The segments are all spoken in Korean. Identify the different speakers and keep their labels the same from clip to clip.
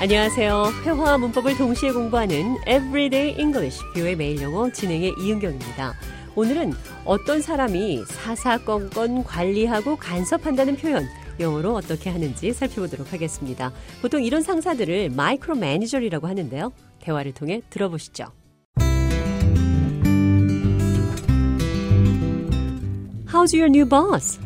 Speaker 1: 안녕하세요. 회화와 문법을 동시에 공부하는 Everyday English 뷰의 매일 영어 진행의 이은경입니다. 오늘은 어떤 사람이 사사건건 관리하고 간섭한다는 표현 영어로 어떻게 하는지 살펴보도록 하겠습니다. 보통 이런 상사들을 마이크로 매니저라고 하는데요. 대화를 통해 들어보시죠. How's your new boss?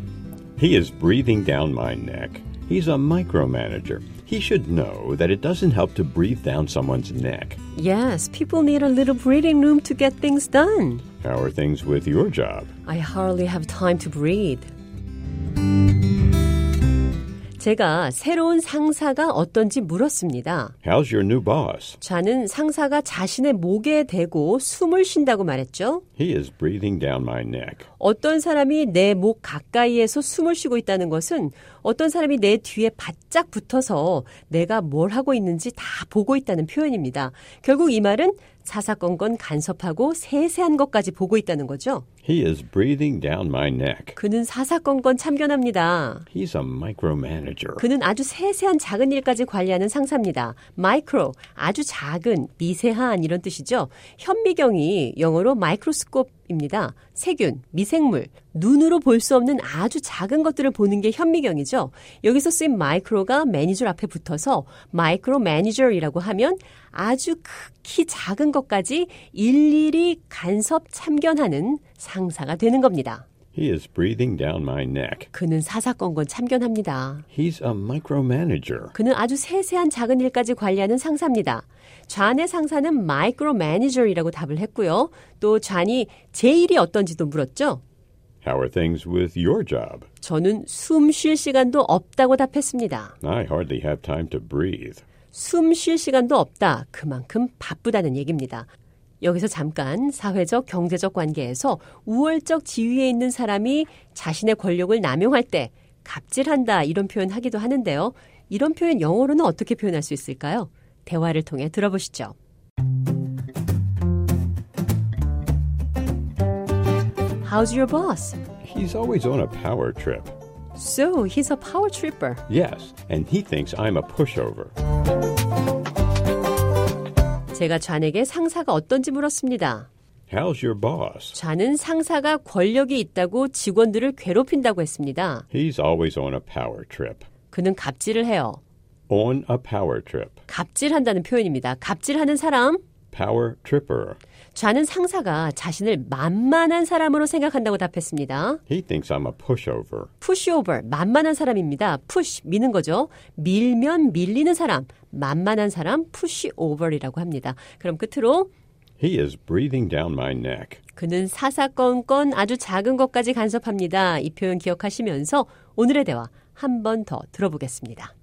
Speaker 2: He is breathing down my neck. He's a micromanager. He should know that it doesn't help to breathe down someone's neck.
Speaker 1: Yes, people need a little breathing room to get things done.
Speaker 2: How are things with your job?
Speaker 1: I hardly have time to breathe. 제가 새로운 상사가 어떤지 물었습니다.
Speaker 2: How's your new boss?
Speaker 1: 좌는 상사가 자신의 목에 대고 숨을 쉰다고 말했죠.
Speaker 2: He is breathing down my neck.
Speaker 1: 어떤 사람이 내 목 가까이에서 숨을 쉬고 있다는 것은 어떤 사람이 내 뒤에 바짝 붙어서 내가 뭘 하고 있는지 다 보고 있다는 표현입니다. 결국 이 말은 사사건건 간섭하고 세세한 것까지 보고 있다는 거죠.
Speaker 2: He is breathing down my neck.
Speaker 1: 그는 사사건건 참견합니다.
Speaker 2: He's a micromanager.
Speaker 1: 그는 아주 세세한 작은 일까지 관리하는 상사입니다. 마이크로, 아주 작은, 미세한 이런 뜻이죠. 현미경이 영어로 마이크로스콥입니다. 세균, 미생물, 눈으로 볼 수 없는 아주 작은 것들을 보는 게 현미경이죠. 여기서 쓰인 마이크로가 매니저 앞에 붙어서 마이크로 매니저이라고 하면 아주 극히 작은 것까지 일일이 간섭 참견하는 상사가 되는 겁니다.
Speaker 2: He is breathing down my neck.
Speaker 1: 그는 사사건건 참견합니다.
Speaker 2: He's a micromanager.
Speaker 1: 그는 아주 세세한 작은 일까지 관리하는 상사입니다. 좌의 상사는 마이크로 매니저이라고 답을 했고요. 또 좌니 제 일이 어떤지도 물었죠.
Speaker 2: How are things with your job?
Speaker 1: 저는 숨 쉴 시간도 없다고 답했습니다.
Speaker 2: I hardly have time to breathe.
Speaker 1: 숨 쉴 시간도 없다. 그만큼 바쁘다는 얘기입니다. 여기서 잠깐 사회적, 경제적 관계에서 우월적 지위에 있는 사람이 자신의 권력을 남용할 때 갑질한다 이런 표현 하기도 하는데요. 이런 표현 영어로는 어떻게 표현할 수 있을까요? 대화를 통해 들어보시죠. How's your boss?
Speaker 2: He's always on a power trip.
Speaker 1: So he's a power tripper.
Speaker 2: Yes, and he thinks I'm a pushover.
Speaker 1: 제가 좌에게 상사가 어떤지 물었습니다.
Speaker 2: How's your boss?
Speaker 1: 좌는 상사가 권력이 있다고 직원들을 괴롭힌다고 했습니다.
Speaker 2: He's always on a power trip.
Speaker 1: 그는 갑질을 해요.
Speaker 2: On a power trip.
Speaker 1: 갑질한다는 표현입니다. 갑질하는 사람.
Speaker 2: Power tripper.
Speaker 1: 좌는 상사가 자신을 만만한 사람으로 생각한다고 답했습니다.
Speaker 2: He thinks I'm a pushover.
Speaker 1: 푸시오버, 만만한 사람입니다. 푸시, 미는 거죠. 밀면 밀리는 사람, 만만한 사람, 푸시오버이라고 합니다. 그럼 끝으로
Speaker 2: He is breathing down my neck.
Speaker 1: 그는 사사건건 아주 작은 것까지 간섭합니다. 이 표현 기억하시면서 오늘의 대화 한 번 더 들어보겠습니다.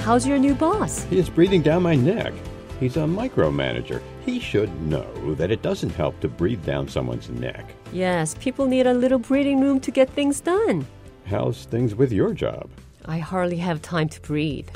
Speaker 1: How's your new boss?
Speaker 2: He is breathing down my neck. He's a micromanager. He should know that it doesn't help to breathe down someone's neck.
Speaker 1: Yes, people need a little breathing room to get things done.
Speaker 2: How's things with your job?
Speaker 1: I hardly have time to breathe.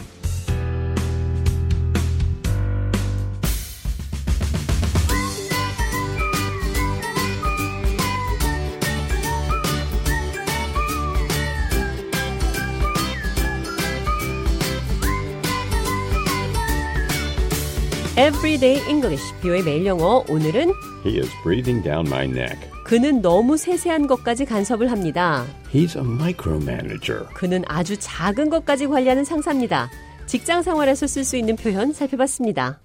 Speaker 1: Everyday English, 뷰의 매일 영어. 오늘은
Speaker 2: He is breathing down my neck.
Speaker 1: 그는 너무 세세한 것까지 간섭을 합니다.
Speaker 2: He's a micromanager.
Speaker 1: 그는 아주 작은 것까지 관리하는 상사입니다. 직장 생활에서 쓸 수 있는 표현 살펴봤습니다.